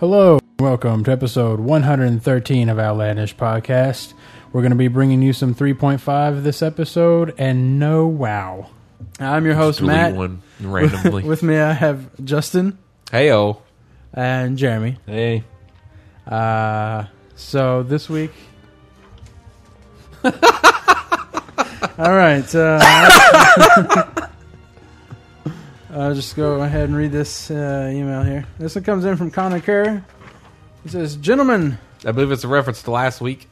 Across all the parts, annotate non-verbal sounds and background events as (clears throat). Hello, welcome to episode 113 of Outlandish Podcast. We're going to be bringing you some 3.5 this episode and no wow. I'm your host, Delete Matt. one randomly. With me, I have Justin Heyo. and Jeremy. Hey. Uh, so this week. (laughs) All right. Uh, (laughs) I'll just go ahead and read this uh, email here. This one comes in from Connor Kerr. He says, Gentlemen, I believe it's a reference to last week.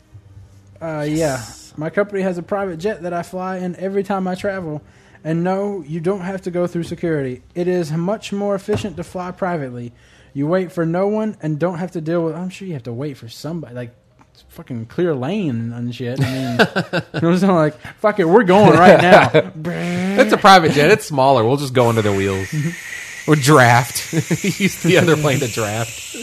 uh, yeah, my company has a private jet that I fly in every time I travel. And no, you don't have to go through security. It is much more efficient to fly privately. You wait for no one and don't have to deal with. I'm sure you have to wait for somebody. Like, it's fucking clear lane and shit. I mean, (laughs) I'm just kinda like, fuck it, we're going (laughs) right now. (laughs) It's a private jet. It's smaller. We'll just go under the wheels. or draft. (laughs) Use the other plane to draft.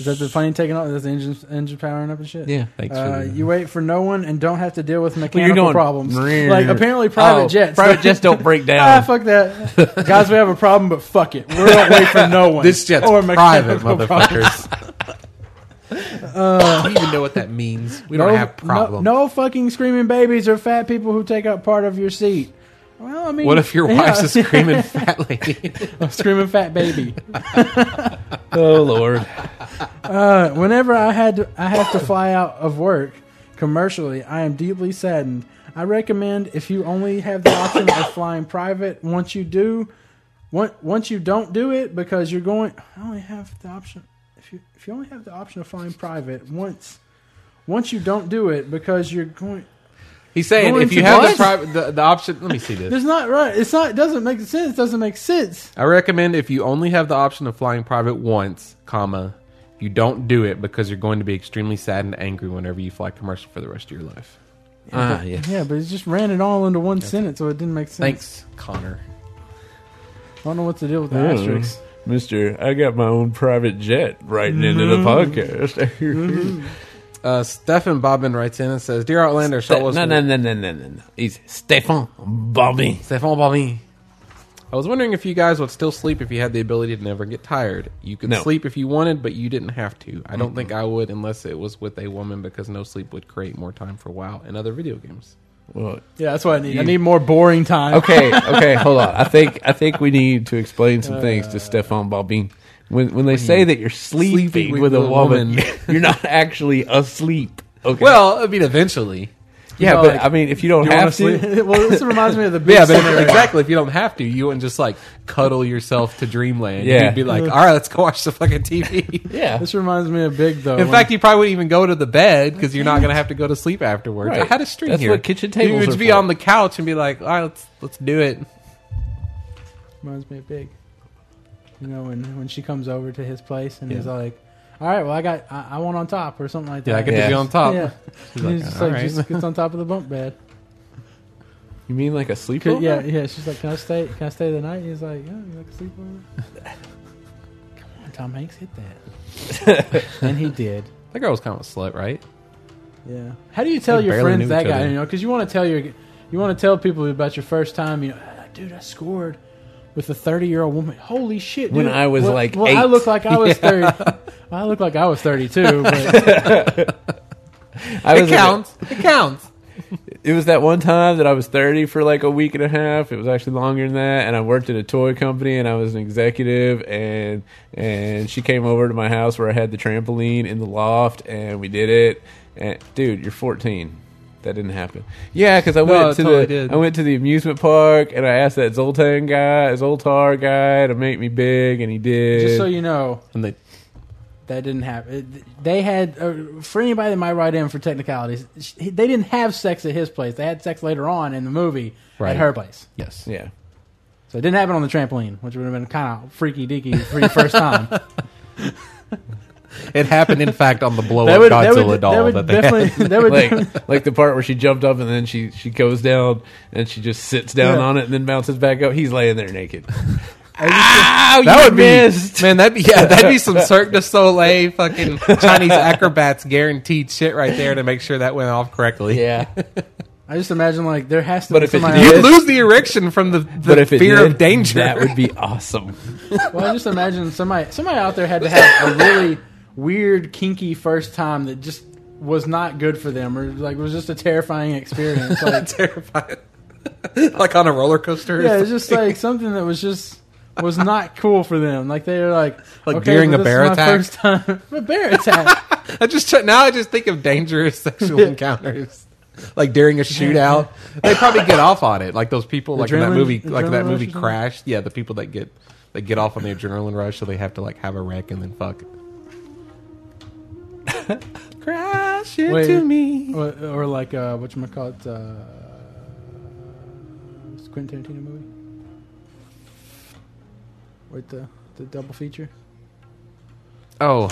Is that the plane taking off? Is that the engine, engine powering up and shit? Yeah, thanks for Uh, the- you wait for no one and don't have to deal with mechanical going- problems. like apparently private Oh, jets. Private (laughs) jets don't break Ah, down. fuck (laughs) that. Guys, we have a problem, but fuck it. We're gonna wait for no one. This jet's Or mechanical (laughs) private, motherfuckers. (laughs) we don't even know what that means. We don't have problem. No, no fucking screaming babies or fat people who take up part of your seat. Well, I mean, What if your yeah. wife's a screaming fat (laughs) lady? screaming fat baby? (laughs) oh Lord! Uh, whenever I had to, I have to fly out of work commercially, I am deeply saddened. I recommend if you only have the option of flying private, once you do, on- once you don't do it because you're going. I only have the option if you if you only have the option of flying private once. Once you don't do it because you're going, He's saying Going if you to have what? the, private, the, the option, let me see this. it's not right. It's not. It doesn't make sense. Doesn't make sense. I recommend if you only have the option of flying private once, comma, you don't do it because you're going to be extremely sad and angry whenever you fly commercial for the rest of your life. Ah, But- yes. Yeah, but it just ran it all into one sentence, so it didn't make sense. Thanks, Connor. I don't know what to do with the Yeah. asterisks. Mister, I got my own private jet right into the podcast. (laughs) Mm-hmm. Uh, Stefan Bobbin writes in and says, "Dear Outlander, show no, us." no, no, no, no, no, no. He's Stefan Bobby. Stefan Bobbin. I was wondering if you guys would still sleep if you had the ability to never get tired. You could No. sleep if you wanted, but you didn't have to. I don't think I would unless it was with a woman because no sleep would create more time for WoW and other video games. Well, Yeah, that's what I need. I need more boring time. (laughs) okay, (laughs) okay, hold on. I think I think we need to explain some things to Stefan Bobby. When when they say that you're sleeping, with with, the a woman, woman. (laughs) you're not actually asleep. Okay. Well, I mean, eventually. yeah, know, but like, I mean, if you don't You wanna have to, sleep? (laughs) well, this reminds me of the (laughs) big Yeah, but Sick- if- exactly. If you don't have to, you wouldn't just like cuddle yourself to dreamland. Yeah. You'd be like, all right, let's go watch the fucking (laughs) TV. (laughs) yeah, This reminds me of Big though. In when- fact, you probably wouldn't even go to the bed because you're not going to have to go to sleep afterwards. I Right. had a stream That's here. what kitchen tables You would just are be for. on the couch and be like, all right, let's let's do it. reminds me of Big. You know, when when she comes over to his place and he's like, "All right, well, I got I, I want on top or something like that." Yeah, I get to Yeah. be on top. Yeah, She's And like, he's just "All like right." just gets on top of the bump (laughs) bed. you mean like a Could- sleepover? yeah, yeah. She's like, "Can I stay? Can I stay the night?" He's like, "Yeah, you like to sleep over?" Come (laughs) on, Tom Hanks, hit that, (laughs) and he did. That girl was kind of a slut, right? Yeah. How do you tell They your barely friends knew that each guy? other. You know, because you want to tell your, you want to tell people about your first time. You know, "Ah, dude, I scored with a thirty-year-old woman. Holy shit! Dude. When I was, Well- like, well, I eight." look like I (laughs) was thirty. Well, I look like I was thirty-two. But I It was a- counts. It counts. it was that one time that I was 30 for like a week and a half. It was actually longer than that. And I worked at a toy company and I was an executive. And and she came over to my house where I had the trampoline in the loft and we did it. And dude, you're 14. That didn't happen. Yeah, because I went it to totally the did. I went to the amusement park and I asked that Zoltan guy, Zoltar guy, to make me big, and he did. just so you know, And they, that didn't happen. It- They had uh, for anybody that might write in for technicalities, sh- he- they didn't have sex at his place. They had sex later on in the movie at Right. her place. yes. yeah, So it didn't happen on the trampoline, which would have been kind of freaky deaky for your first (laughs) time. It happened, in fact, on the blow That up would- that Godzilla would- doll that that, would they had. definitely that (laughs) would like like the part where she jumped up and then she she goes down and she just sits down Yeah. on it and then bounces back up. He's laying there naked. That would missed. be man. That'd be yeah. That'd be (laughs) some Cirque du Soleil fucking Chinese acrobats guaranteed shit right there to make sure that went off correctly. Yeah, I just imagine like there has to But be if it somebody. You Else. did- lose the erection from the, the but if it fear did, of danger. (laughs) that would be awesome. Well, I just imagine somebody somebody out there had to have a really weird kinky first time that just was not good for them, or like was just a terrifying (laughs) experience. Like, terrifying. like on a roller coaster. or yeah, it's something. just like something that was just was not cool for them. Like they were like, Like okay, during well, a this is bear my attack? first time, (laughs) a bear attack. I just now I just think of dangerous (laughs) sexual encounters. Like during a shootout, they probably get off on it. Like those people, like in that Adrenaline- movie, like in that adrenaline movie rush or something? Crash. Yeah, the people that get they get off on the adrenaline rush, so they have to like have a wreck and (laughs) then fuck. Crash into Wait. me. or, or like uh, what you call it? Uh, it's a Quentin Tarantino movie with the the double feature. Oh,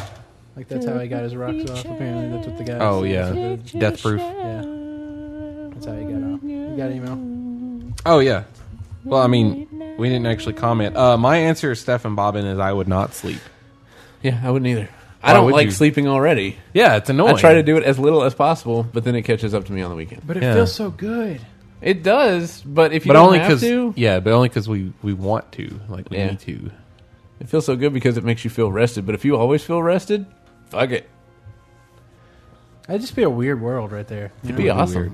Like that's how he got his rocks off. Apparently, that's what the guy. oh said. yeah, The- death proof. Yeah. That's how he got off. You got email. Oh yeah. Well, I mean, we didn't actually comment. Uh, my answer, Stefan Bobbin, is I would not sleep. Yeah, I wouldn't either. I Why don't would like you? sleeping already. Yeah, it's annoying. I try to do it as little as possible, but then it catches up to me on the weekend. But it Yeah. feels so good. It does, but if you but don't only have because to, yeah, but only because we we want to, like we Yeah. need to. it feels so good because it makes you feel rested. But if you always feel rested, fuck it. That'd just be a weird world right there. you It'd know? be It would awesome. weird.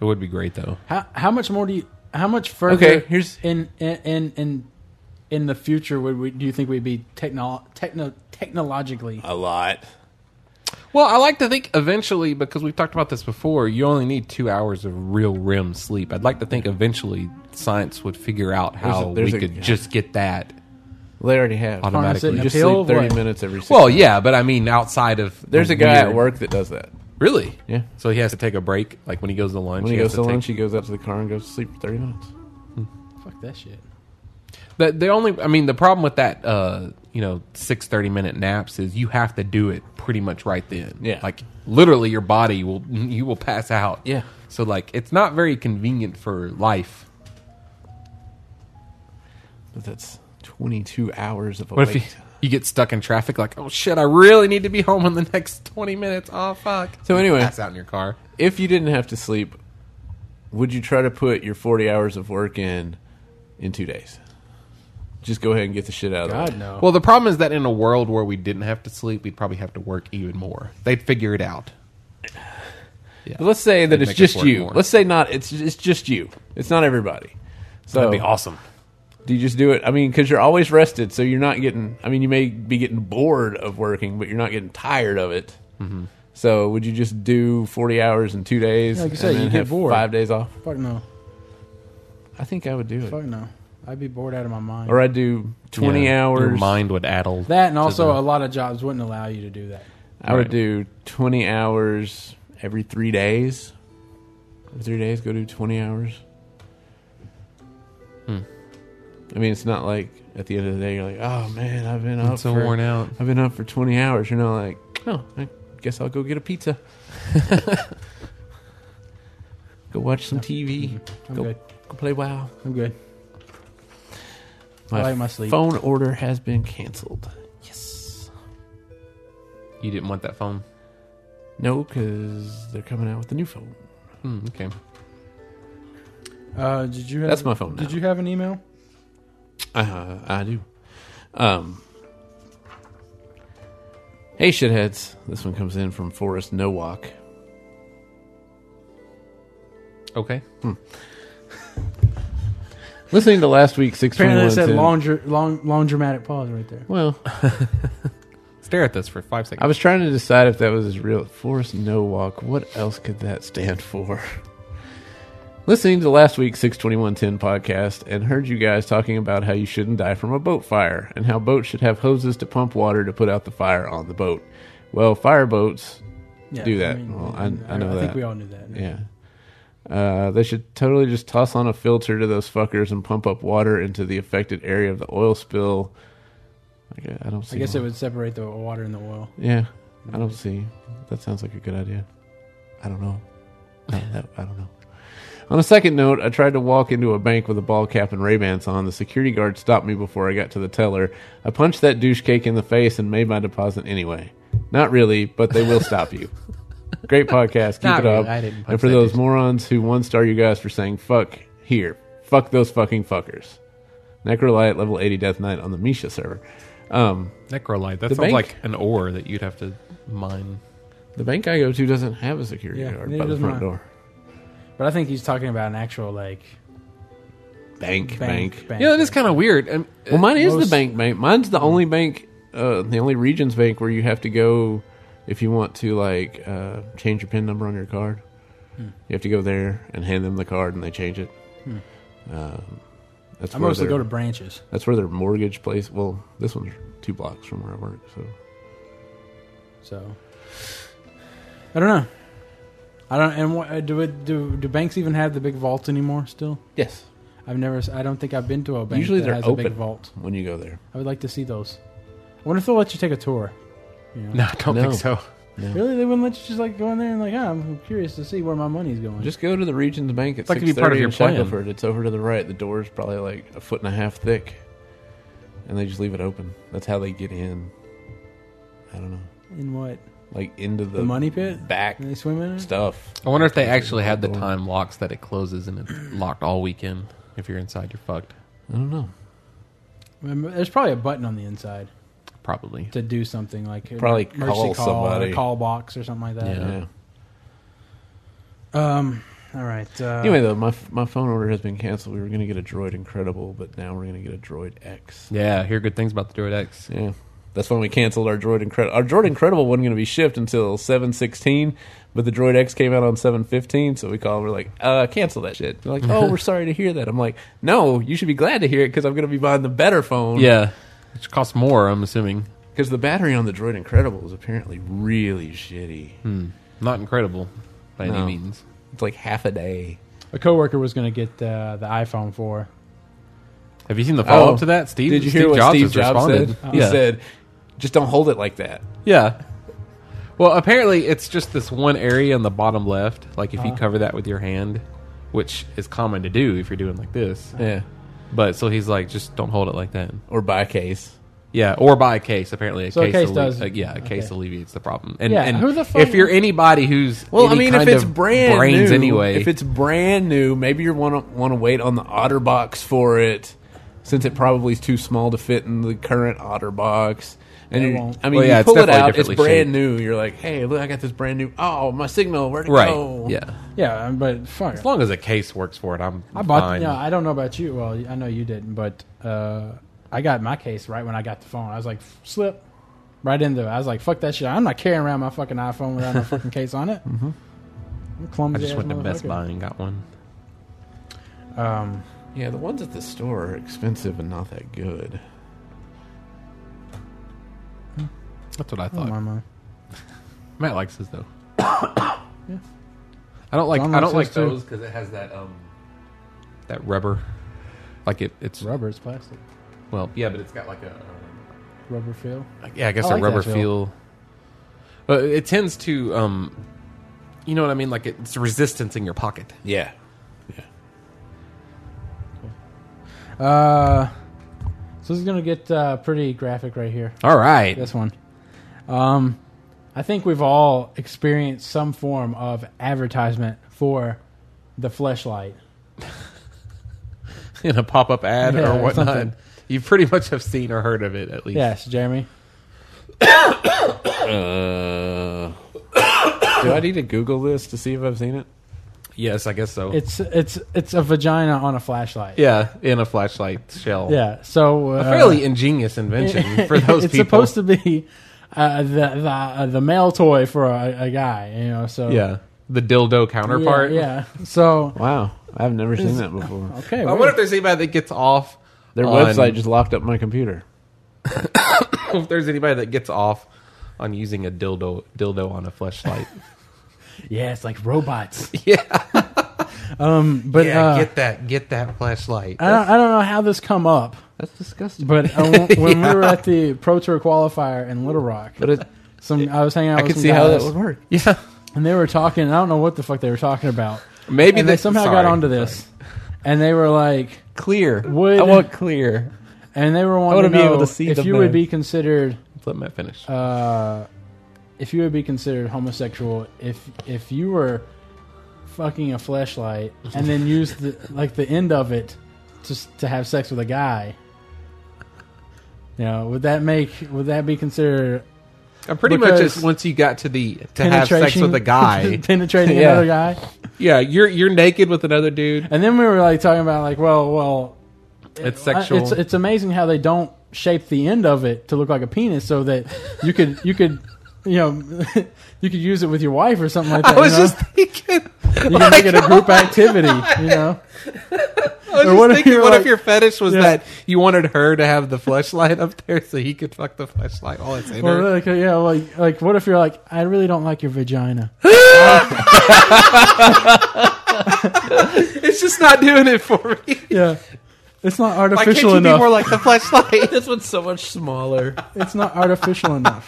It would be great though. How how much more do you? How much further? Okay, here's- in in in in, in the future would we? Do you think we'd be techno techno technologically? A lot. Well, I like to think eventually because we've talked about this before. You only need two hours of real REM sleep. I'd like to think eventually science would figure out how there's we a- could just get that. Well, they already have. Automatic. Harness it in a automatically. You just pill? sleep thirty What? minutes every. Six Well, hours. yeah, but I mean outside of There's the a guy at weird- work that does that. Really? Yeah. So he has to take a break, like when he goes to lunch. When he has goes to take- lunch, he goes out to the car and goes to sleep for thirty minutes. Fuck that shit. The, the only, I mean, the problem with that, uh, you know, six thirty minute naps is you have to do it pretty much right then. Yeah. like literally, your body will you will pass out. Yeah. So like, it's not very convenient for life. But that's twenty-two hours of What awake. if you, you get stuck in traffic? Like, oh shit, I really need to be home in the (laughs) next twenty minutes. Oh fuck. So anyway- pass out in your car. if you didn't have to sleep, would you try to put your 40 hours of work in in two days? Just go ahead and get the shit out of the God way. no. Well, the problem is that in a world where we didn't have to sleep, we'd probably have to work even more. They'd figure it out. Yeah. But let's say that It'd it's make us just work you. more. Let's say not. It's it's just you. It's not everybody. So That'd be awesome. do you just do it? I mean, because you're always rested, so you're not getting. I mean, you may be getting bored of working, but you're not getting tired of it. So would you just do 40 hours in two days? Like you and said, then you get have bored. Five days off. Fuck no. I think I would do it, Fuck no. I'd be bored out of my mind. or I'd do 20 Yeah, hours. Your mind would addle That and to also the- a lot of jobs wouldn't allow you to do that. I would Right. do 20 hours every three days. Every three days, go do 20 hours. Hmm. I mean, it's not like at the end of the day you're like, oh man, I've been up so for, worn out. I've been up for 20 hours. You're not like, oh, I guess I'll go get (laughs) a pizza. go watch some TV. I'm Go, good. go play WoW. I'm good. My I like my sleep. phone order has been canceled. Yes. You didn't want that phone. No, because they're coming out with the new phone. Hmm, okay. Uh, did you? Have, That's my phone now. Did you have an email? Uh, I do. Um, hey, shitheads. This one comes in from Forrest Nowak. Okay. Listening to last week's 621. Apparently, it said ten- long, dra- long, long dramatic pause right there. Well, Stare at this for five seconds. I was trying to decide if that was his real Forrest Nowak. What else could that stand for? Listening to last week's 62110 podcast and heard you guys talking about how you shouldn't die from a boat fire and how boats should have hoses to pump water to put out the fire on the boat. Well, fire boats Yeah, Do that. Well, I- I know I think that. we all knew that. Yeah. Uh, they should totally just toss on a filter to those fuckers and pump up water into the affected area of the oil spill. I gu- I don't see. I guess why- it would separate the water and the oil. Yeah, I don't see. That sounds like a good idea. I don't know. (laughs) I don't, that- I don't know. On a second note, I tried to walk into a bank with a ball cap and Ray Bans on. The security guard stopped me before I got to the teller. I (laughs) punched that douche cake in the face and made my deposit anyway. Not really, but they will stop you. Great podcast. Keep Not it up. really. I didn't punch and for that those dude. morons who one star you guys for saying fuck here, fuck those fucking fuckers. Necrolite level 80 Death Knight on the Misha server. Um, Necrolite. That The sounds bank- like an ore that you'd have to mine. the bank I go to doesn't have a security Yeah, guard neither by the does front mine. door. But I think he's talking about an actual like Bank, bank. bank. bank, You know, it is kind of weird. And, uh, Well, mine is Most- the bank bank. Mine's the only bank, uh, the only Regions bank where you have to go if you want to like uh, change your pin number on your card. Hmm. You have to go there and hand them the card, and they change it. Um, that's I where mostly their- go to branches. That's where their mortgage place. Well, this one's two blocks from where I work. So So I don't know. I don't. And what, uh, do it? Do do banks even have the big vault anymore? Still, yes, I've never. s- I don't think I've been to a bank Usually that they're has a big open. vault. when you go there, I would like to see those. I wonder if they'll let you take a tour. You (laughs) know? no, I don't No. think so. Really, they wouldn't let you just like go in there and like, ah, I'm curious to see where my money's going. just go to the Regions bank. It's That could be part of your plan. Shackelford. It's over to the right. The door's probably like a foot and a half thick, and they just leave it open. That's how they get in. I don't know. in what? like into the, The money pit? back And they swim in it. stuff. I wonder if they actually had the time locks that it closes and it's locked all weekend. If you're inside, you're fucked. I don't know. Um, There's probably a button on the inside Probably. to do something like an Probably emergency call call or somebody. a call box or something like that. Yeah. Yeah. Um. All right. Uh, Anyway, though, my my phone order has been canceled. We were going to get a Droid Incredible, but now we're going to get a Droid X. Yeah, I hear good things about the Droid X. Yeah. That's when we canceled our Droid Incredible. Our Droid Incredible wasn't going to be shipped until 716, but the Droid X came out on 715, so we called. We're like, uh, cancel that shit. They're like, oh, we're sorry to hear that. I'm like, no, you should be glad to hear it because I'm going to be buying the better phone. Yeah, which costs more. I'm assuming. Because the battery on the Droid Incredible is apparently really shitty. Hmm. Not incredible by any No. means. It's like half a day. a coworker was going to get the the iPhone four. Have you seen the follow up Oh. to that? Steve, Did you Steve hear what Jobs Steve has Jobs responded. said? He Yeah. said, "Just don't hold it like that." yeah. Well, apparently it's just this one area in the bottom left. Like if Uh-huh. you cover that with your hand, which is common to do if you're doing like this. Yeah. But so he's like, just don't hold it like that. Or by case. Yeah, or buy a case. Apparently, a So a case, case alle- does- uh, yeah, a case okay. alleviates the problem. And, Yeah, and who the fuck- if you're anybody who's Well, any I mean, if kind it's of brand brains new, anyway, if it's brand new, maybe you want to want to wait on the OtterBox for it, since it probably is too small to fit in the current OtterBox. And It you- won't. I mean, Well, yeah, you it's pull it definitely out, it's differently brand shaped. new. You're like, hey, look, I got this brand new. Oh, my signal, where'd it right, go? yeah, Yeah, but fuck. as long as a case works for it, I'm I bought. fine. Yeah, I don't know about you. Well, I know you didn't, but uh, I got my case right when I got the phone. I was like, slip right into it. I was like, fuck that shit. I'm not carrying around my fucking iPhone without no fucking case on it. Mm-hmm. I'm a clumsy. I just ass went to Best motherfucker. Buy and got one. Um, Yeah, the ones at the store are expensive and not that good. That's what I oh thought. my, my. Matt likes his though. (coughs) I don't like. Don I likes don't like his, too. those because it has that um, that rubber. Like it, it's Rubber, it's plastic. well, yeah, but it's got like a Rubber feel. uh, yeah, I guess I a like that rubber feel. feel. But it tends to um, you know what I mean? Like it's resistance in your pocket. Yeah. Uh, so this is gonna get uh, pretty graphic right here. All right. This one. Um, I think we've all experienced some form of advertisement for the fleshlight. (laughs) in a pop up ad Yeah, or or whatnot. something. You pretty much have seen or heard of it at least. Yes, Jeremy. Uh, (coughs) do I need to Google this to see if I've seen it? Yes, I guess so. It's it's it's a vagina on a flashlight. yeah, in a flashlight shell. Yeah, So uh, (laughs) A fairly ingenious invention for those it's people. supposed to be uh, the the uh, the male toy for a, a guy. You know. So yeah. The dildo Yeah, counterpart. Yeah. So Wow, I've never seen that before. okay. I weird. wonder if there's anybody that gets off Their on- (laughs) website just locked up my computer. if there's anybody that gets off on using a dildo dildo on a flashlight. yeah, it's like robots. (laughs) yeah. (laughs) Um, (laughs) but Yeah, uh, get that get that flashlight. I don't I don't know how this come up, That's disgusting. But, but uh, (laughs) when we were at the Pro Tour qualifier in Little Rock, it, some I was hanging out. I with could some see how that guys, would work. yeah. And they were talking. and I don't know what the fuck they were talking about. (laughs) Maybe And they somehow got sorry. onto this, and they were like, clear. Would- I want clear. and they were wanna wanting to be know able to see if them you there. would be considered Let Matt finish. uh, if you would be considered homosexual if if you were fucking a flashlight and then used the, like the end of it to s- to have sex with a guy. You know, would that make would that be considered I'm pretty much Because- just once you got to the to have sex with a guy. (laughs) (laughs) penetrating Yeah. another guy? yeah, you're you're naked with another dude. And then we were like talking about like, well, well, It's I- sexual. Uh, It's it's amazing how they don't shape the end of it to look like a penis, so that you could you could you know (laughs) you could use it with your wife or something like that. (laughs) I was you know? just thinking. (laughs) you can (laughs) make it a group activity, you know. I was Or just what if thinking, you're what if like- your fetish was Yeah. that you wanted her to have the fleshlight up there so he could fuck the fleshlight while it's in Or her? like yeah, like like what if you're like I really don't like your vagina. It's just not doing it for me. Yeah. It's not Why can't artificial you be enough. more like the fleshlight? This one's so much smaller. it's (laughs) not artificial enough.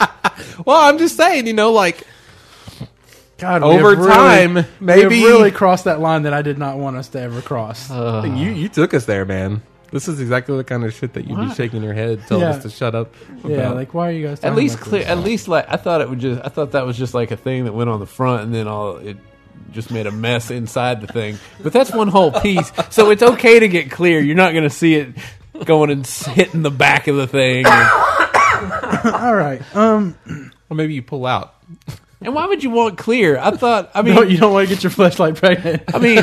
well, I'm just saying, you know, like God, we over have really- time, we maybe have really crossed that line that I did not want us to ever cross. Oh, you you took us there, man. This is exactly the kind of shit that you'd be What? shaking your head, telling Yeah. us to shut up. yeah, about. like why are you guys? at talking least about clear. this? At least like I thought it would just. I thought that was just like a thing that went on the front, and then all it just made a mess inside the thing. But that's one whole piece, so it's okay to get clear. You're not going to see it going and s- hitting the back of the thing. And, All right. Um, Or maybe you pull out. and why would you want clear? I thought. I mean. no, you don't want to get your flashlight pregnant. (laughs) (laughs) I mean,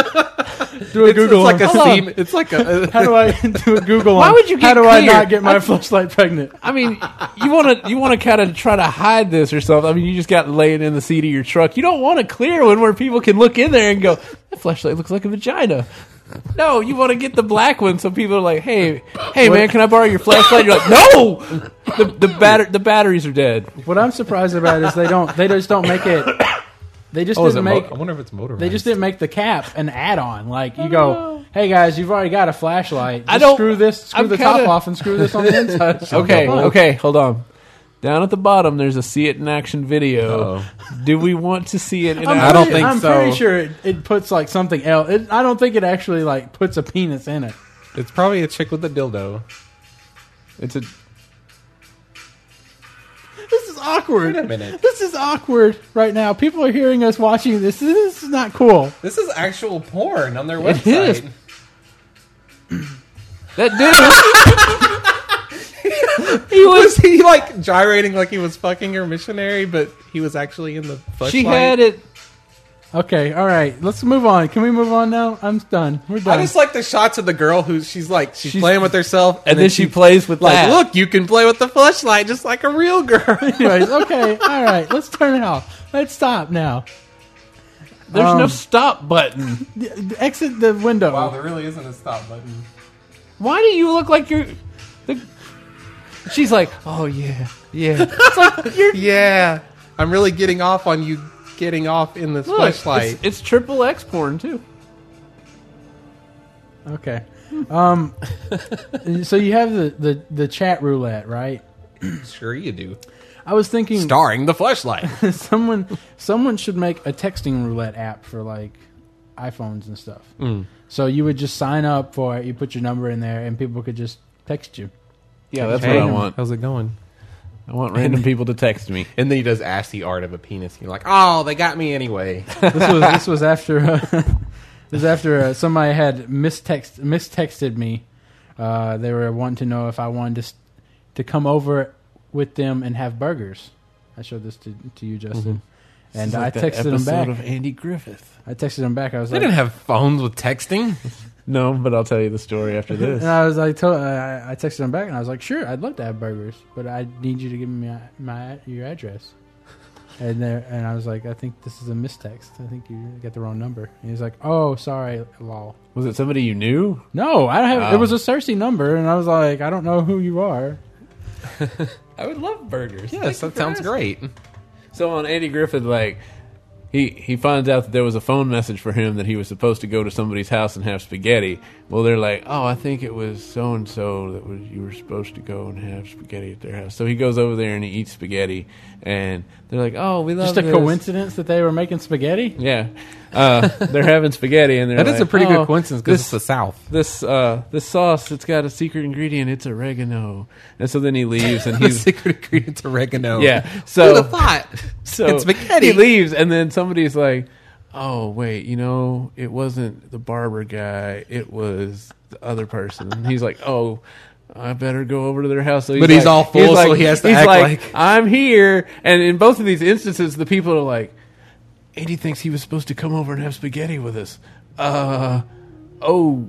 Do a It's, it's Google. like a on- Hold on. seam. It's like (laughs) a. How do I (laughs) do a Google? Why on, would you How get do I clear? not get my I- flashlight pregnant? I mean, you want to you want to kind of try to hide this or something. I mean, you just got laying in the seat of your truck. You don't want a clear one where people can look in there and go, "That flashlight looks like a vagina." No, you want to get the black one so people are like, "Hey, hey, man, can I borrow your flashlight?" You're like, "No, the the batter the batteries are dead." What I'm surprised about is they don't. They just don't make it. They (laughs) just Oh, is it didn't mo- make. I wonder if it's motorized. they just didn't make the cap an add-on. Like you go, hey guys, you've already got a flashlight. Just Oh, I don't- screw this. Screw I'm the top kinda- off and screw this on the (laughs) inside. Okay, Come on. okay, hold on. Down at the bottom, there's a see it in action video. Do we want to see it in I'm I action? don't pretty- think I'm so. pretty sure it, it puts like something else. It, I don't think it actually like puts a penis in it. It's probably a chick with a dildo. It's a This is awkward. Wait a minute. This is awkward right now. People are hearing us watching this. This is not cool. This is actual porn on their It is. that dude. he was Was he like gyrating like he was fucking her missionary, but he was actually in the flashlight? She had it. Okay, all right. Let's move on. Can we move on now? I'm done. We're I done. just like the shots of the girl who she's like she's, She's- playing with herself, and, And then she plays with like, that. look, you can play with the flashlight just like a real girl. (laughs) Anyways, okay, all right. Let's turn it off. Let's stop now. there's um, no stop button. D- d- Exit the window. there really isn't a stop button. Why do you look like you're? The, she's like, oh yeah, yeah. It's like you're. Yeah, I'm really getting off on you getting off in this (laughs) Look, it's, flashlight. it's triple X porn too. Okay. Um. (laughs) so you have the, the the chat roulette, right? Sure, you do. I was thinking Starring the flashlight. (laughs) someone someone should make a texting roulette app for like iPhones and stuff. Mm. So you would just sign up for it. You put your number in there, and people could just text you. Yeah, that's Hey. what I want. How's it going? I want random people to text (laughs) me. (laughs) And then he does ask the art of a penis. You're like, oh, they got me (laughs) anyway. (laughs) This was this was after uh, (laughs) this was after uh, somebody had mistext mistexted me. Uh, they were wanting to know if I wanted to s- to come over with them and have burgers. I showed this to to you, Mm-hmm. Justin, and I texted him back. of Andy Griffith. I texted him back. I was They like, didn't have phones with texting. No, but I'll tell you the story after this. (laughs) And I was like, to, I, I texted him back, and I was like, "Sure, I'd love to have burgers, but I need you to give me my, my your address." And there, and I was like, "I think this is a mistext. I think you got the wrong number." And he's like, "Oh, sorry, lol." Was it somebody you knew? No, I don't have. It Oh. was a Cersei number, and I was like, "I don't know who you are." I would love burgers. Yes, that sounds great. So on Andy Griffith, like he he finds out that there was a phone message for him that he was supposed to go to somebody's house and have spaghetti. Well, they're like, oh, I think it was so and so that was you were supposed to go and have spaghetti at their house. So he goes over there and he eats spaghetti, and they're like, oh, we love Just a this. coincidence that they were making spaghetti. Yeah. Uh, (laughs) they're having spaghetti, and they're That is like, a pretty "Oh, good coincidence because it's the South. this uh this sauce it's got a secret ingredient it's oregano and so then he leaves and (laughs) The he's secret ingredient's oregano. Yeah, Who'd so- have thought? so it's spaghetti. he leaves and then somebody's like oh wait you know it wasn't the barber guy it was the other person and he's like oh I better go over to their house. So But he's like- all full, so he has to he's act like, like- I'm here. And in both of these instances, the people are like, Andy thinks he was supposed to come over and have spaghetti with us. Uh, oh,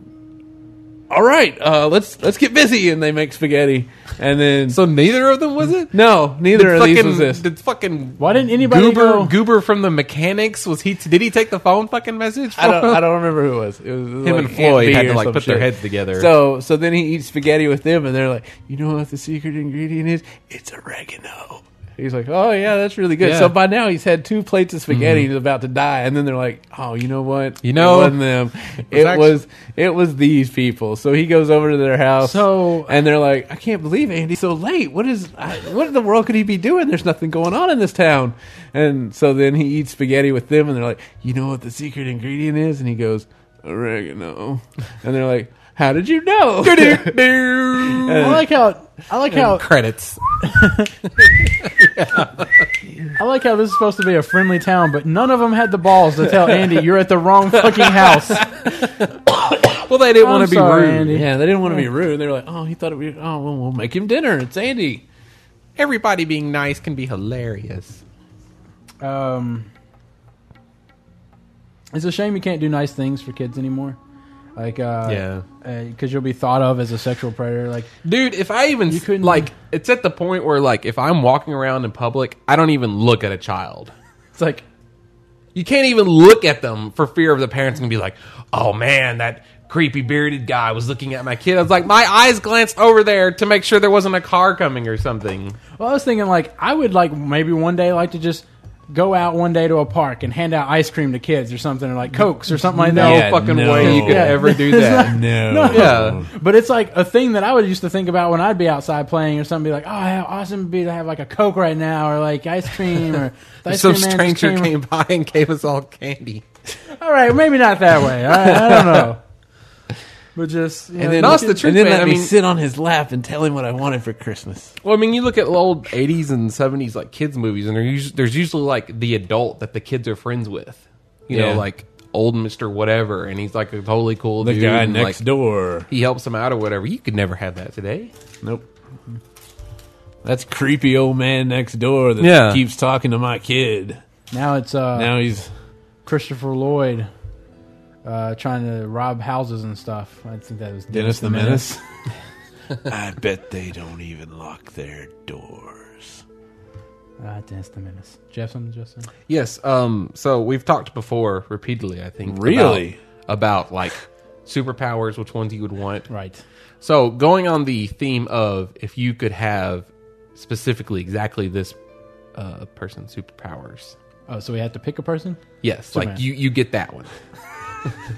all right. Uh, let's let's get busy. And they make spaghetti, and (laughs) then So neither of them was it? no, neither of these was this. Did fucking Why didn't anybody goober go? goober from the mechanics was he? Did he take the phone fucking message? I don't, from- (laughs) I don't remember who it was. It was him and Floyd had to, like, put their heads together. So so then he eats spaghetti with them, and they're like, you know what the secret ingredient is? It's oregano. He's like, oh yeah, that's really good. Yeah. Mm-hmm. So by now he's had two plates of spaghetti. He's about to die, and then they're like, oh, you know what? You know, it wasn't them. It was was it, actu- was these people. So he goes over to their house. So- and they're like, I can't believe Andy's so late. What is I, what in the world could he be doing? There's nothing going on in this town. And so then he eats spaghetti with them, and they're like, you know what the secret ingredient is? And he goes oregano. And they're like, how did you (laughs) know? I like how I like how Credits. I like how this is supposed to be a friendly town, but none of them had the balls to tell Andy you're at the wrong fucking house. Well, they didn't I'm want to be sorry, rude. Andy. yeah, they didn't want to be rude. They were like, oh, he thought it would. Oh, well, we'll make him dinner. It's Andy. Everybody being nice can be hilarious. Um, it's a shame you can't do nice things for kids anymore. Like, uh, Yeah. because you'll be thought of as a sexual predator. Like, Dude, if I even You couldn't- like, it's at the point where like, if I'm walking around in public, I don't even look at a child. it's like You can't even look at them for fear of the parents gonna be like, "Oh man, that creepy bearded guy was looking at my kid." I was like, my eyes glanced over there to make sure there wasn't a car coming or something. Well, I was thinking like I would like maybe one day like to just go out one day to a park and hand out ice cream to kids or something or like cokes or something like No that. Yeah, fucking no. way you could Yeah. (laughs) ever do that. (laughs) No. Yeah. But it's like a thing that I would used to think about when I'd be outside playing or something. Be like, oh, how awesome it'd be to have like a coke right now or like ice cream (laughs) or the ice Some cream man just stranger came- came by and gave us all candy. All right, maybe not that way. I, (laughs) I don't know. But just you know, And then, No, it's the truth, and then man. let I me mean- sit on his lap and tell him what I wanted for Christmas. Well, I mean, you look at old '80s and '70s like kids movies, and they're usu- there's usually like the adult that the kids are friends with. You Yeah. know, like old Mister Whatever, and he's like a totally cool The dude. guy and, next like, door. He helps him out or whatever. You could never have that today. Nope. That's creepy old man next door that Yeah. keeps talking to my kid. now it's uh, Now he's Christopher Lloyd uh, trying to rob houses and stuff. I think that was Dennis the (laughs) Menace. I bet they don't even lock their doors. Ah, Dennis the Menace. Jeff something, Justin. Yes. Um. So we've talked before repeatedly. I think. Really? about, about like superpowers, which ones you would want. Right. So going on the theme of if you could have specifically exactly this uh, person's superpowers. Oh, so we had to pick a person? Yes, Superman. like you, you get that one.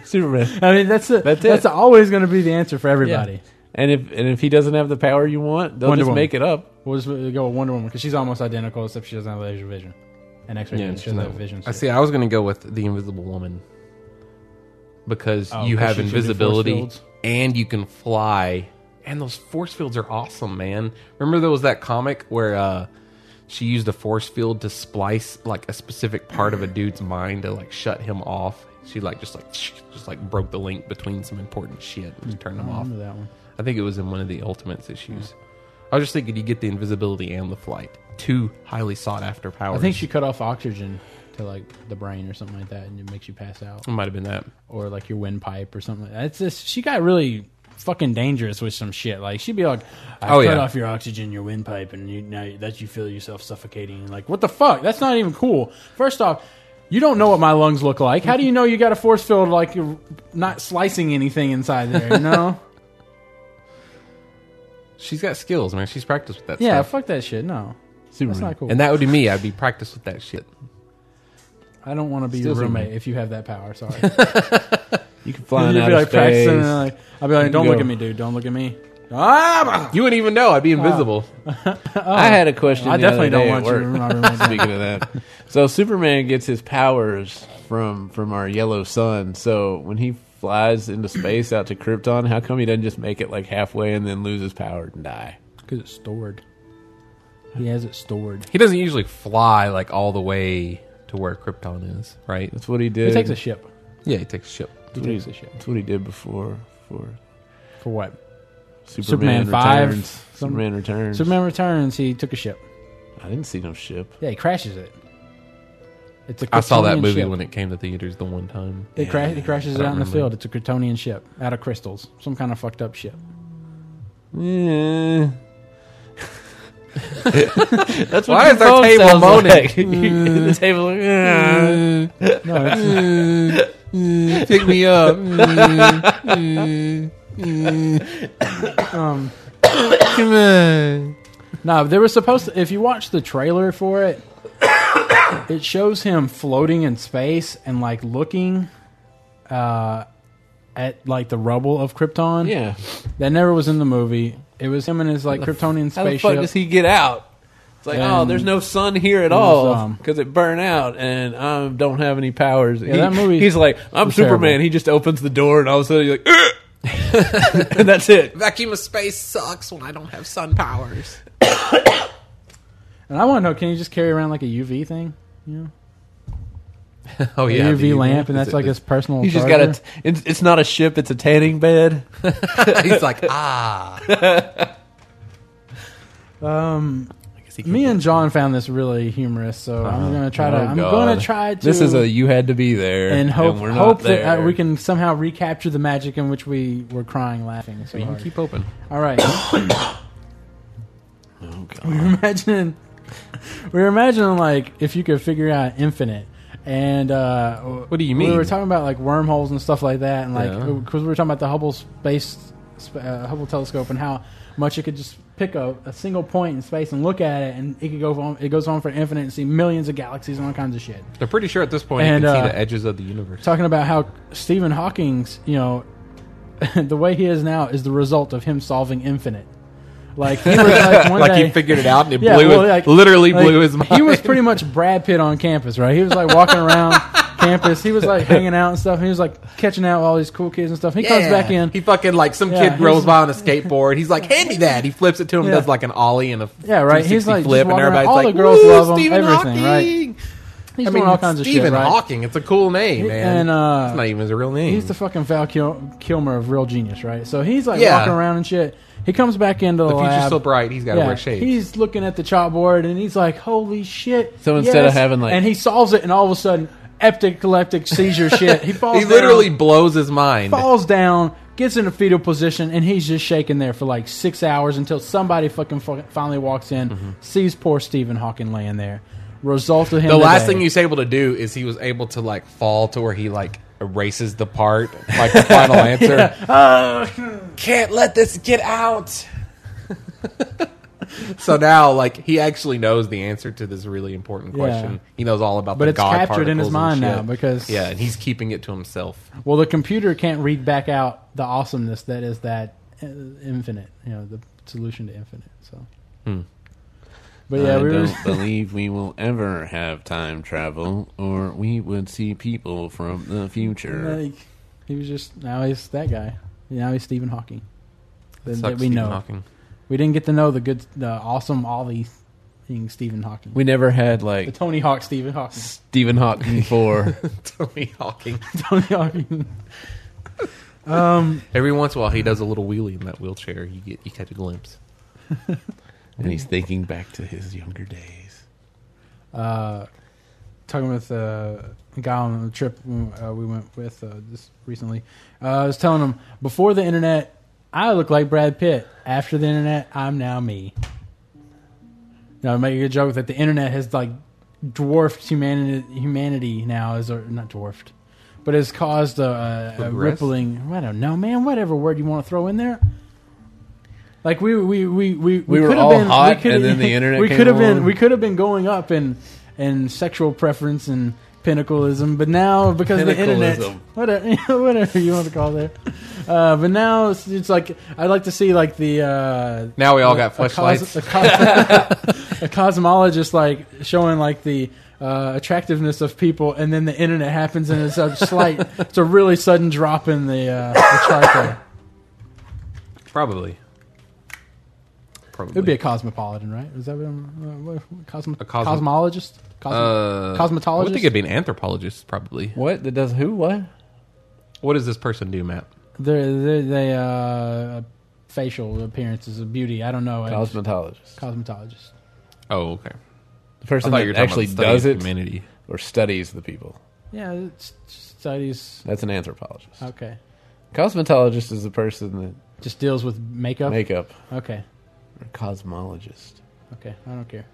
Superman. I mean, that's a, That's that's, it. always going to be the answer for everybody. And if and if he doesn't have the power you want, they'll Wonder just Woman. make it up. We'll just we'll go with Wonder Woman because she's almost identical, except she doesn't have laser vision and X-ray vision. She doesn't have vision. I suit. see. I was going to go with the Invisible Woman because Oh, you 'cause have she can do force invisibility fields. and you can fly, and those force fields are awesome, man. Remember there was that comic where uh, she used a force field to splice like a specific part of a dude's mind to like shut him off. She like just like just like broke the link between some important shit and just turned him I off. remember that one. I think it was in one of the Ultimates issues. I was just thinking you get the invisibility and the flight. Two highly sought after I powers. think she cut off oxygen to like the brain or something like that, and it makes you pass out, it might have been that. or like your windpipe or something. Like that. It's just she got really fucking dangerous with some shit. Like she'd be like, "I Oh, cut yeah. off your oxygen, your windpipe, and you, now that you feel yourself suffocating." Like, what the fuck? That's not even cool. First off. You don't know what my lungs look like. How do you know you got a force field like you're not slicing anything inside there? You (laughs) know? She's got skills, man. She's practiced with that yeah, stuff. fuck that shit. No, that's Superman. not cool. And that would be me. I'd be practiced with that shit. I don't want to be Still your doesn't roommate mean- if you have that power. (laughs) Sorry. You can fly You'd out be of like practicing. uh, space. And like, I'd be like, You "Don't look go. at me, dude. Don't look at me." Ah, You wouldn't even know. I'd be invisible. I had a question. Oh. I the definitely other don't day at want you work. in my room like that. Speaking of that, (laughs) so Superman gets his powers from from our yellow sun. So when he flies into space out to Krypton, how come he doesn't just make it like halfway and then lose his power and die? because it's stored. He has it stored. He doesn't usually fly like all the way to where Krypton is, right? That's what he did. He takes a ship. Yeah, he takes a ship. He takes a ship That's what he did before for for what? Superman Superman, five. Returns. Some- Superman Returns. Superman Returns. He took a ship. I didn't see no ship. Yeah, he crashes it. It's a I saw that Kryptonian movie ship. when it came to theaters the one time. It, cra- it crashes it I out in the remember. field. It's a Kryptonian ship out of crystals, some kind of fucked up ship. (laughs) Yeah. (laughs) That's what Why your is our phone table sounds moaning? (laughs) (laughs) like. the table. like, "Yeah." No, it's, Pick me up. um, Come on. no, they were supposed to. If you watch the trailer for it, (coughs) it shows him floating in space and like looking uh, at like the rubble of Krypton. yeah. that never was in the movie. It was him and his like Kryptonian How the fuck spaceship. does he get out? It's like, oh, And- there's no sun here at was, all um, because it burned out, and I don't have any powers. he, that movie He's like, I'm was Superman. terrible. He just opens the door, and all of a sudden, you're like, "Ugh!" (laughs) and that's it. Vacuum of space sucks when I don't have sun powers. and I want to know: Can you just carry around like a UV thing? Yeah, Oh a yeah, UV, the- lamp, and Is that's it- like his personal. He's just got charger? a. It's, it's not a ship. It's a tanning bed. (laughs) He's like, ah. Um, me and John found this really humorous, so I'm gonna try to. Oh, I'm God. gonna try to. This is a you had to be there, and hope we're not hope there. that uh, we can somehow recapture the magic in which we were crying laughing. So You can hard. keep open. All right, Oh, (laughs) we God. were imagining. We were imagining like if you could figure out infinite. And uh, What do you We were mean? talking about like wormholes and stuff like that, and like Yeah. because we were talking about the Hubble space sp- uh, Hubble telescope and how much it could just pick a, a single point in space and look at it, and it could go on. It goes on for infinite and see millions of galaxies and all kinds of shit. They're pretty sure at this point And, you can uh, see the edges of the universe. talking about how Stephen Hawking's, you know, (laughs) the way he is now is the result of him solving infinite. Like he was (laughs) like one like day, he figured it out and (laughs) it Yeah, blew well, his, like- literally like, blew his mind. He was pretty much Brad Pitt on campus, right? He was (laughs) like walking around campus. He was like hanging out and stuff. He was like catching out with all these cool kids and stuff. He comes back in. He fucking like some Yeah, kid rolls he's- by on a skateboard. He's like, "Hand me that." He flips it to him, Yeah. does like an ollie and a Yeah, right. He's, 360 like, just flip, and walking around. everybody's All like, the girls "Woo, love him, Stephen everything, right? Hawking!" He's I doing mean, all kinds Stephen of shit, right? Hawking. It's a cool name, man. And it's uh, not even his real name. he's the fucking Val Kil- Kilmer of real genius, right? So he's like Yeah. walking around and shit. He comes back into the, the future's lab. so bright. He's got to Yeah, wear shades. He's looking at the chalkboard and he's like, "Holy shit!" So instead of having, like- and he solves it, and all of a sudden, epileptic (laughs) seizure shit. He falls. he literally down, blows his mind. falls down, gets in a fetal position, and he's just shaking there for like six hours until somebody fucking fu- finally walks in, Mm-hmm. sees poor Stephen Hawking laying there. Result of him. The last today. thing he was able to do is he was able to like fall to where he like erases the part, like (laughs) the final answer. Can't let this get out. so now, like, he actually knows the answer to this really important Yeah. question. He knows all about But the it's God captured in his particles and mind shit. now because- yeah, and he's keeping it to himself. Well, the computer can't read back out the awesomeness that is that uh, infinite. You know, the solution to infinite. So. Hmm. But yeah, I we were. (laughs) don't believe we will ever have time travel, or we would see people from the future. Like he was just now he's that guy. Now he's Stephen Hawking. That, that Sucks, we Stephen know. Hawking. We didn't get to know the good, the awesome, all these things Stephen Hawking. We never had the like Tony Hawk, Stephen Hawking, Stephen Hawking for (laughs) Tony Hawking. Tony Hawking. um, Every once in a while, he does a little wheelie in that wheelchair. You get you catch a glimpse. (laughs) and he's thinking back to his younger days. uh, talking with uh, a guy on the trip uh, we went with uh, just recently. Uh, I was telling him before the internet, I look like Brad Pitt. After the internet, I'm now me. Now, I'm making a joke that the internet has like dwarfed humanity. Humanity now is or not dwarfed, but has caused a, a, a Progressed? rippling. I don't know, man. Whatever word you want to throw in there. Like we we we we We were could have all been, hot, we could- and then the internet We came could have been along. we could have been going up in in sexual preference and pinnacleism, but now because of the internet, Pinnacleism. whatever, (laughs) whatever you want to call it, uh, but now it's, it's like I'd like to see like the uh, Now we all got a flashlights. cos- a cos- (laughs) a cosmologist like showing like the uh, attractiveness of people, and then the internet happens, and it's (laughs) a slight, it's a really sudden drop in the, uh, the chart. There. Probably. Probably. It'd be a cosmopolitan, right? Is that what I'm, uh, what- cosmo- A cosmo- cosmologist? Cosmo- Uh, I cosmetologist? would think it'd be an anthropologist, probably. What that does who what? What does this person do, Matt? They're, they're, they uh, facial appearances of beauty. I don't know. I- Cosmetologist. cosmetologist. Oh, okay. The person I thought you were that talking actually about the study does of it Humanity. or studies the people. Yeah, it's studies. That's an anthropologist. Uh, Okay. Cosmetologist is the person Just deals with makeup. that makeup okay. or cosmologist. Okay. I don't care.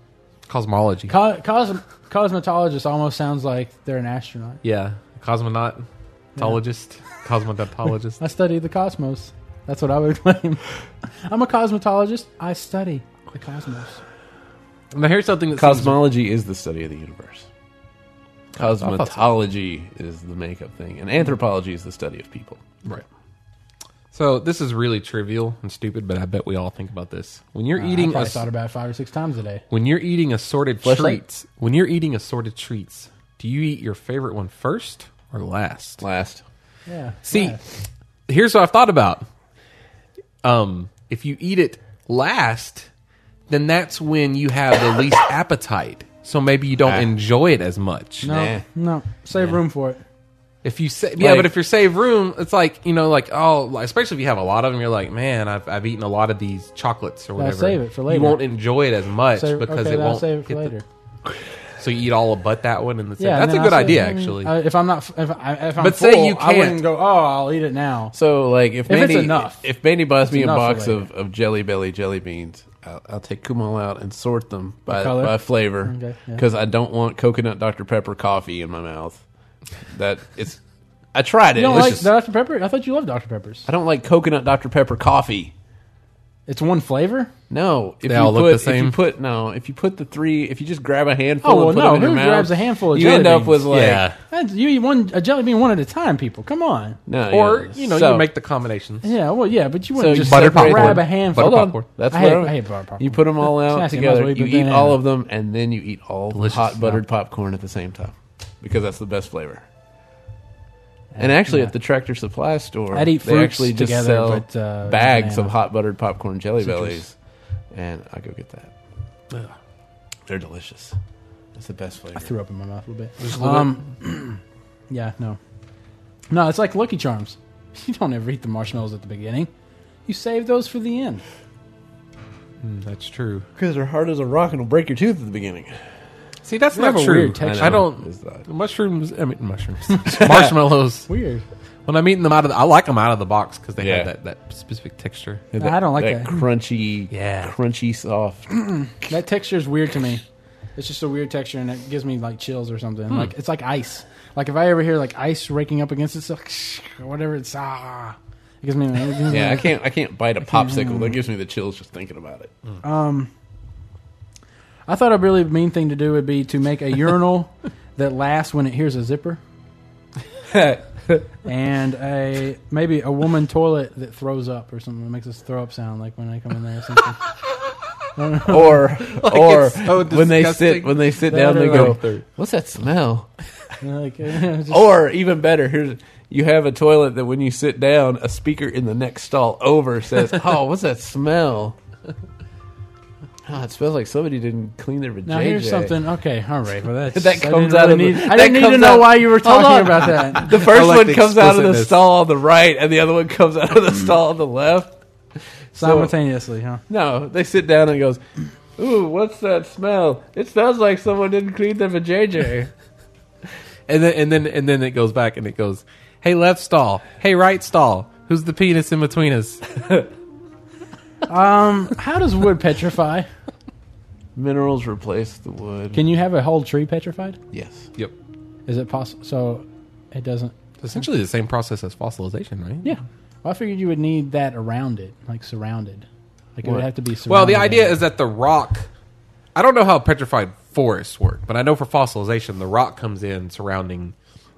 Cosmology. Co- cos- cosmetologist almost sounds like they're an astronaut. yeah. Cosmonaut. Tologist. Cosmonautologist. I study the cosmos. That's what I would (laughs) claim. I'm a cosmetologist. I study the cosmos. (laughs) now, here's something that seems- Cosmology is the study of the universe. Cosmetology is the makeup thing, and anthropology is the study of people. Right. So this is really trivial and stupid, but I bet we all think about this. When you're I eating a, probably thought about it five or six times a day. when you're eating assorted Fleshlight? treats, when you're eating assorted treats, do you eat your favorite one first or last? Last, Yeah. See, yeah. here's what I've thought about. Um, if you eat it last, then that's when you have the (coughs) least appetite. So maybe you don't Ah. enjoy it as much. no, nah. no, save room for it. If you say, yeah, Like- but if you save room, it's like you know, like oh, like, especially if you have a lot of them, you're like, man, I've, I've eaten a lot of these chocolates or whatever. save it for later. You won't enjoy it as much Save, because okay, it then I'll won't. save it for hit the- later. so you eat all but that one, and the yeah, that's a and good then I'll save- idea, I mean, actually. uh, if I'm not, if, I, if I'm But full, say you I wouldn't can't. go. Oh, I'll eat it now. So, like, if, If it's Mandy, enough. if Mandy buys me a enough box for of, of Jelly Belly jelly beans, I'll, I'll take them all out and sort them by color? by flavor Okay, yeah. because I don't want coconut Dr Pepper coffee in my mouth. That it's, I tried it. You don't It's like just- Dr Pepper? I thought you loved Dr Peppers. I don't like coconut Dr Pepper coffee. It's one flavor. No, if They you all put, look the same? If you put no, if you put the three, if you just grab a handful, Oh, well, and put no, them in who your grabs a mouth, handful of you jelly end up beans? with like yeah, That's, you eat one a jelly bean one at a time, people. Come on. no, or yeah. you know, So, you make the combinations. Yeah, well, yeah, but you wouldn't you just butter grab popcorn. a handful. Butter Hold on. popcorn. That's I hate, what I hate butter popcorn. you put them all nasty. out Might as together. well eat You the eat banana. all of them, and then you eat all the Delicious. hot buttered popcorn at the same time because that's the best flavor. And actually, yeah. at the Tractor Supply store, I'd eat they fruits actually just together, sell but, uh, bags banana. of hot buttered popcorn jelly Citrus. bellies, and I go get that. They're delicious. That's the best flavor. I threw up in my mouth a little bit. Just a little um, (clears throat) yeah, no, no. It's like Lucky Charms. (laughs) You don't ever eat the marshmallows at the beginning. You save those for the end. Mm, that's true. Because they're hard as a rock and will break your tooth at the beginning. See, that's They not have a true. weird texture. I don't. Is that- Mushrooms, I mean mushrooms, (laughs) marshmallows. Weird. When I'm eating them out of, the, I like them out of the box because they Yeah. have that, that specific texture. No, I don't like that. crunchy, Yeah. crunchy, soft. That texture is weird to me. It's just a weird texture, and it gives me like chills or something. Hmm. Like it's like ice. Like if I ever hear like ice raking up against itself, (laughs) or whatever, it's ah. It gives me. it gives me- Yeah, I can't. I can't bite a popsicle. That gives me the chills just thinking about it. I thought a really mean thing to do would be to make a (laughs) urinal that laughs when it hears a zipper, and a maybe a woman toilet that throws up or something that makes us throw up sound like when I come in there. Or something. (laughs) (laughs) (laughs) Or, or it's so when they disgusting. sit when they sit That down, they or go, like- "What's that smell?" Like, (laughs) just- Or even better, here's you have a toilet that when you sit down, a speaker in the next stall over (laughs) says, "Oh, what's that smell?" (laughs) Oh, it smells like somebody didn't clean their vajayjay. now here's something. Okay, all right. Well, that's, (laughs) That I didn't comes out of really the- need- I that didn't need to comes know out- why you were (laughs) Hold talking on. about (laughs) that. The first I like one the Hmm. comes out of the explicitness. stall on the right, and the other one comes out of the stall on the left. Simultaneously, huh? No, they sit down and goes, "Ooh, what's that smell? It smells like someone didn't clean (laughs) their vajayjay." And then and then and then it goes back and it goes, "Hey left stall, hey right stall, who's the penis in between us?" Um, how does wood petrify? Minerals replace the wood. Can you have a whole tree petrified? yes. Yep. Is it possible? So it doesn't. It's essentially the same process as fossilization, right? Yeah. Well, I figured you would need that around it, like surrounded. Like it would What? have to be surrounded. Well, the idea is that the rock I don't know how petrified forests work, but I know for fossilization, the rock comes in surrounding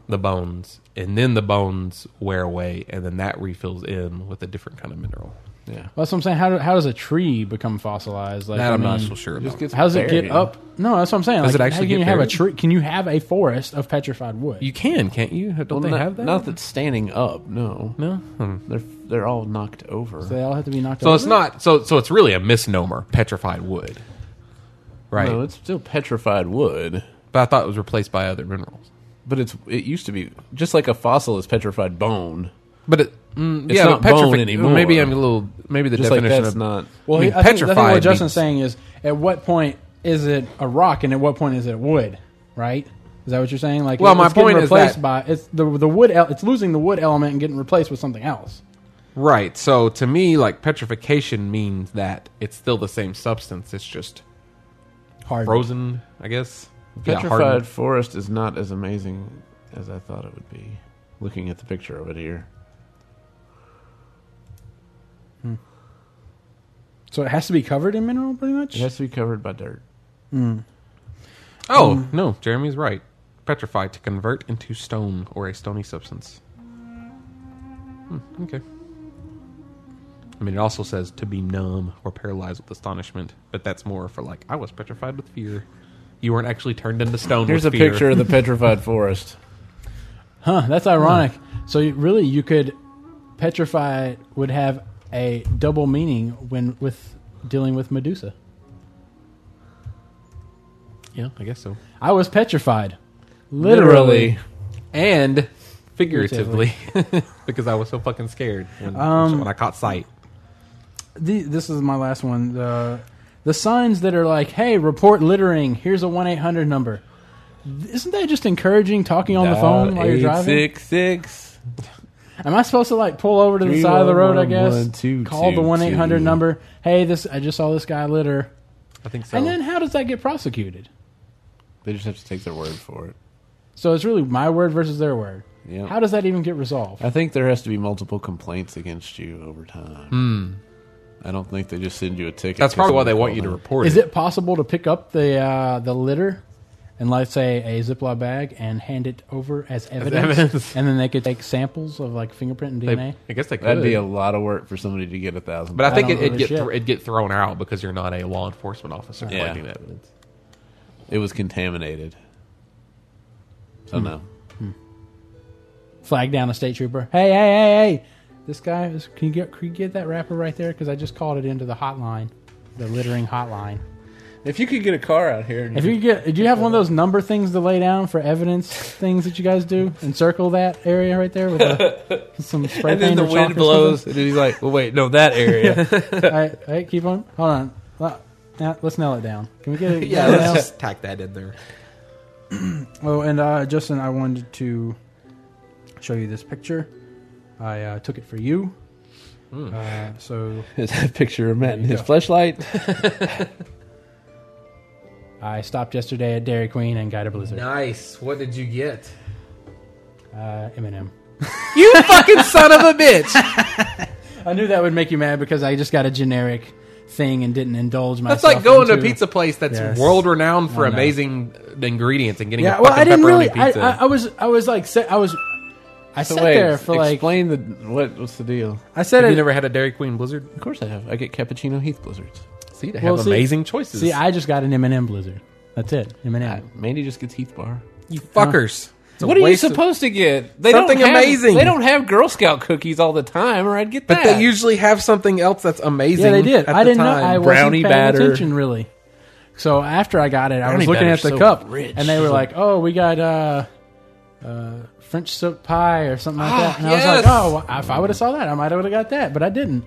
the bones, and then the bones wear away, and then that refills in with a different kind of mineral. Yeah. Well, that's what I'm saying. How, do, how does a tree become fossilized? Like That I I'm not mean, so sure Just about. gets How does Mm. it buried. get up? No, that's what I'm saying. Does Like, it actually how can get you have a buried? tree? Can you have a forest of petrified wood? you can, can't you? Don't Well, they not, have that? Not that's standing up. No, No. Hmm. they're they're all knocked over. they all have to be knocked. So over? it's not. So so it's really a misnomer. Petrified wood, right? No, it's still petrified wood, but I thought it was replaced by other minerals. but it's it used to be just like a fossil is petrified bone. But it, mm, It's yeah, not but petrifi- bone anymore. Maybe I'm a little. Maybe the Just like definition that's of not. Well, I mean, I, think, I think petrified what Justin's means- saying is, at what point is it a rock, and at what point is it wood? Right? Is that what you're saying? Like, Well, it- my it's getting point is replaced that- by it's the the wood. El- it's losing the wood element and getting replaced with something else. Right. So to me, like petrification means that it's still the same substance. It's just Hard. frozen, I guess. Yeah, Petrified hardened. forest is not as amazing as I thought it would be. Looking at the picture of it here, So it has to be covered in mineral, pretty much. it has to be covered by dirt. Oh no, Jeremy's right. Petrified to convert into stone or a stony substance. Hmm, okay. I mean, it also says to be numb or paralyzed with astonishment, but that's more for like I was petrified with fear. You weren't actually turned into stone. Here's a with fear. picture of the petrified forest. Huh? That's ironic. So you, really, you could petrify would have a double meaning when with dealing with Medusa. Yeah, I guess so. I was petrified, (laughs) Literally, and figuratively (laughs) because I was so fucking scared when, Um, when I caught sight. the, this is my last one. The the signs that are like, "Hey, report littering. Here's a one eight hundred number." Isn't that just encouraging talking on the phone while you're driving? Am I supposed to like pull over to the Three side of the road? I one guess one two call the two one eight hundred two. number. Hey, this I just saw this guy litter. I think so. Oh. And then how does that get prosecuted? They just have to take their word for it. So it's really my word versus their word. Yeah. How does that even get resolved? I think there has to be multiple complaints against you over time. I don't think they just send you a ticket. That's 'cause probably why they somebody want you to called report Is it. it possible to pick up the uh, the litter and let's say a Ziploc bag and hand it over as evidence, evidence. and then they could take samples of like fingerprint and They- DNA? I guess they could. That'd be a lot of work for somebody to get a thousand. but I think I it, don't it'd, know get shit. thr it'd get thrown out because you're not a law enforcement officer Yeah. collecting that evidence. it was contaminated. So no, Flag down a state trooper. Hey, hey, hey, hey! This guy, is, can you get can you get that wrapper right there? Because I just called it into the hotline, the littering hotline. if you could get a car out here, and If you could get, do you have one of those number things to lay down for evidence things that you guys do? Encircle that area right there with a, (laughs) some spray paint or chalk or and he's like, "Well, wait, no, that (laughs) area." something? All right, all right, keep on. Hold on. Let- Now, let's nail it down. Can (laughs) we get it? Yeah, nailed down? let's just tack that in there. Oh, and uh, Justin, I wanted to show you this picture. I uh, took it for you. Hmm. Uh, so Is that a (laughs) picture of Matt and There you his go. (laughs) flashlight? I stopped yesterday at Dairy Queen and got a Blizzard. Nice. What did you get? Mm. Uh, Eminem. You fucking son of a (laughs) bitch! I knew that would make you mad because I just got a generic thing and didn't indulge myself. That's like going to a into- pizza place that's Yes. world renowned for I know. amazing ingredients and getting Yeah, a well, fucking I didn't pepperoni really. I, pizza. I, I was, I was like, sa- I was, I So sat wait, there for like. explain the what? What's the deal? I said Have it. you never had a Dairy Queen Blizzard? Of course, I have. I get cappuccino Heath blizzards. See, they have Well, see- amazing choices. see, I just got an Eminem Blizzard. That's it, I, Eminem. Uh, Mandy just gets Heath bar. you fuckers. It's a What are you waste of- supposed to get? They Something don't have, amazing. They don't have Girl Scout cookies all the time, or I'd get But that. they usually have something else that's amazing. Yeah, they did. at I the didn't time. know. I wasn't Brownie paying batter. attention really. So after I got it, I Brownie was looking at batter's the so cup, rich. and they were like, "Oh, we got uh, uh, French silk pie or something like that." And I was Ah, like, yes. "Oh, well, if I would have saw that, I might have got that," but I didn't.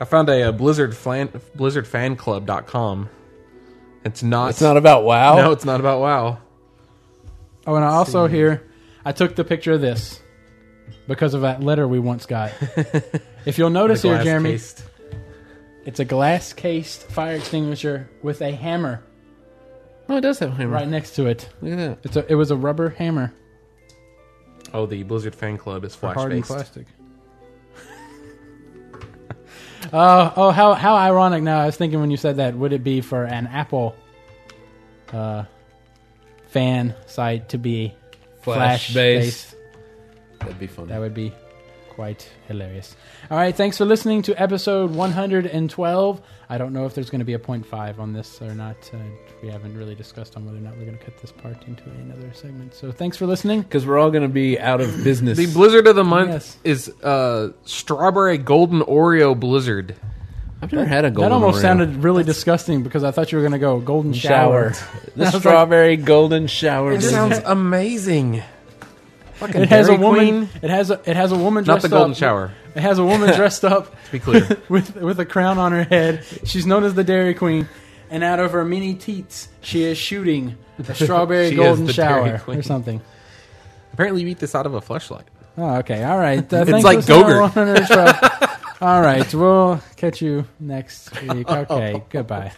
I found a, uh Blizzard fan, BlizzardFanClub.com. It's not. It's not about wow. (laughs) no, it's not about WoW. Oh, and I also here, I took the picture of this because of that letter we once (laughs) got. if you'll notice here, Glass Jeremy, cased. it's a glass cased fire extinguisher with a hammer Oh, it does have Mm. hammer. right next to it. Look at that. It's a, it was a rubber hammer, Oh, the Blizzard Fan Club is flash hardened based. plastic. (laughs) Uh, Oh, oh, how how ironic! Now I was thinking when you said that, would it be for an apple uh, fan site to be Flash Flash-based. based. That'd be funny. That would be quite hilarious. All right, thanks for listening to episode 112. I don't know if there's going to be a point five on this or not. Uh, we haven't really discussed on whether or not we're going to cut this part into another segment. So thanks for listening. Because we're all going to be out of business. The Blizzard of the month Yes. is uh, strawberry golden Oreo Blizzard. I've never had a golden. that almost Oreo. sounded really disgusting because I thought you were going to go golden shower. shower. (laughs) the strawberry golden shower. It blizzard. sounds amazing. Fucking It has a Dairy woman. Queen. It has a it has a woman Not dressed the golden up. shower. It has a (laughs) woman dressed up To (laughs) be clear, with with a crown on her head. She's known as the Dairy Queen, and out of her mini teats, she is shooting a strawberry (laughs) She is golden the Dairy shower Queen. or something. apparently you eat this out of a fleshlight. Oh, okay, all right. Uh, It's thanks like for listening to Gogurt. 112. all right, we'll catch you next (laughs) week. Oh. Okay, goodbye.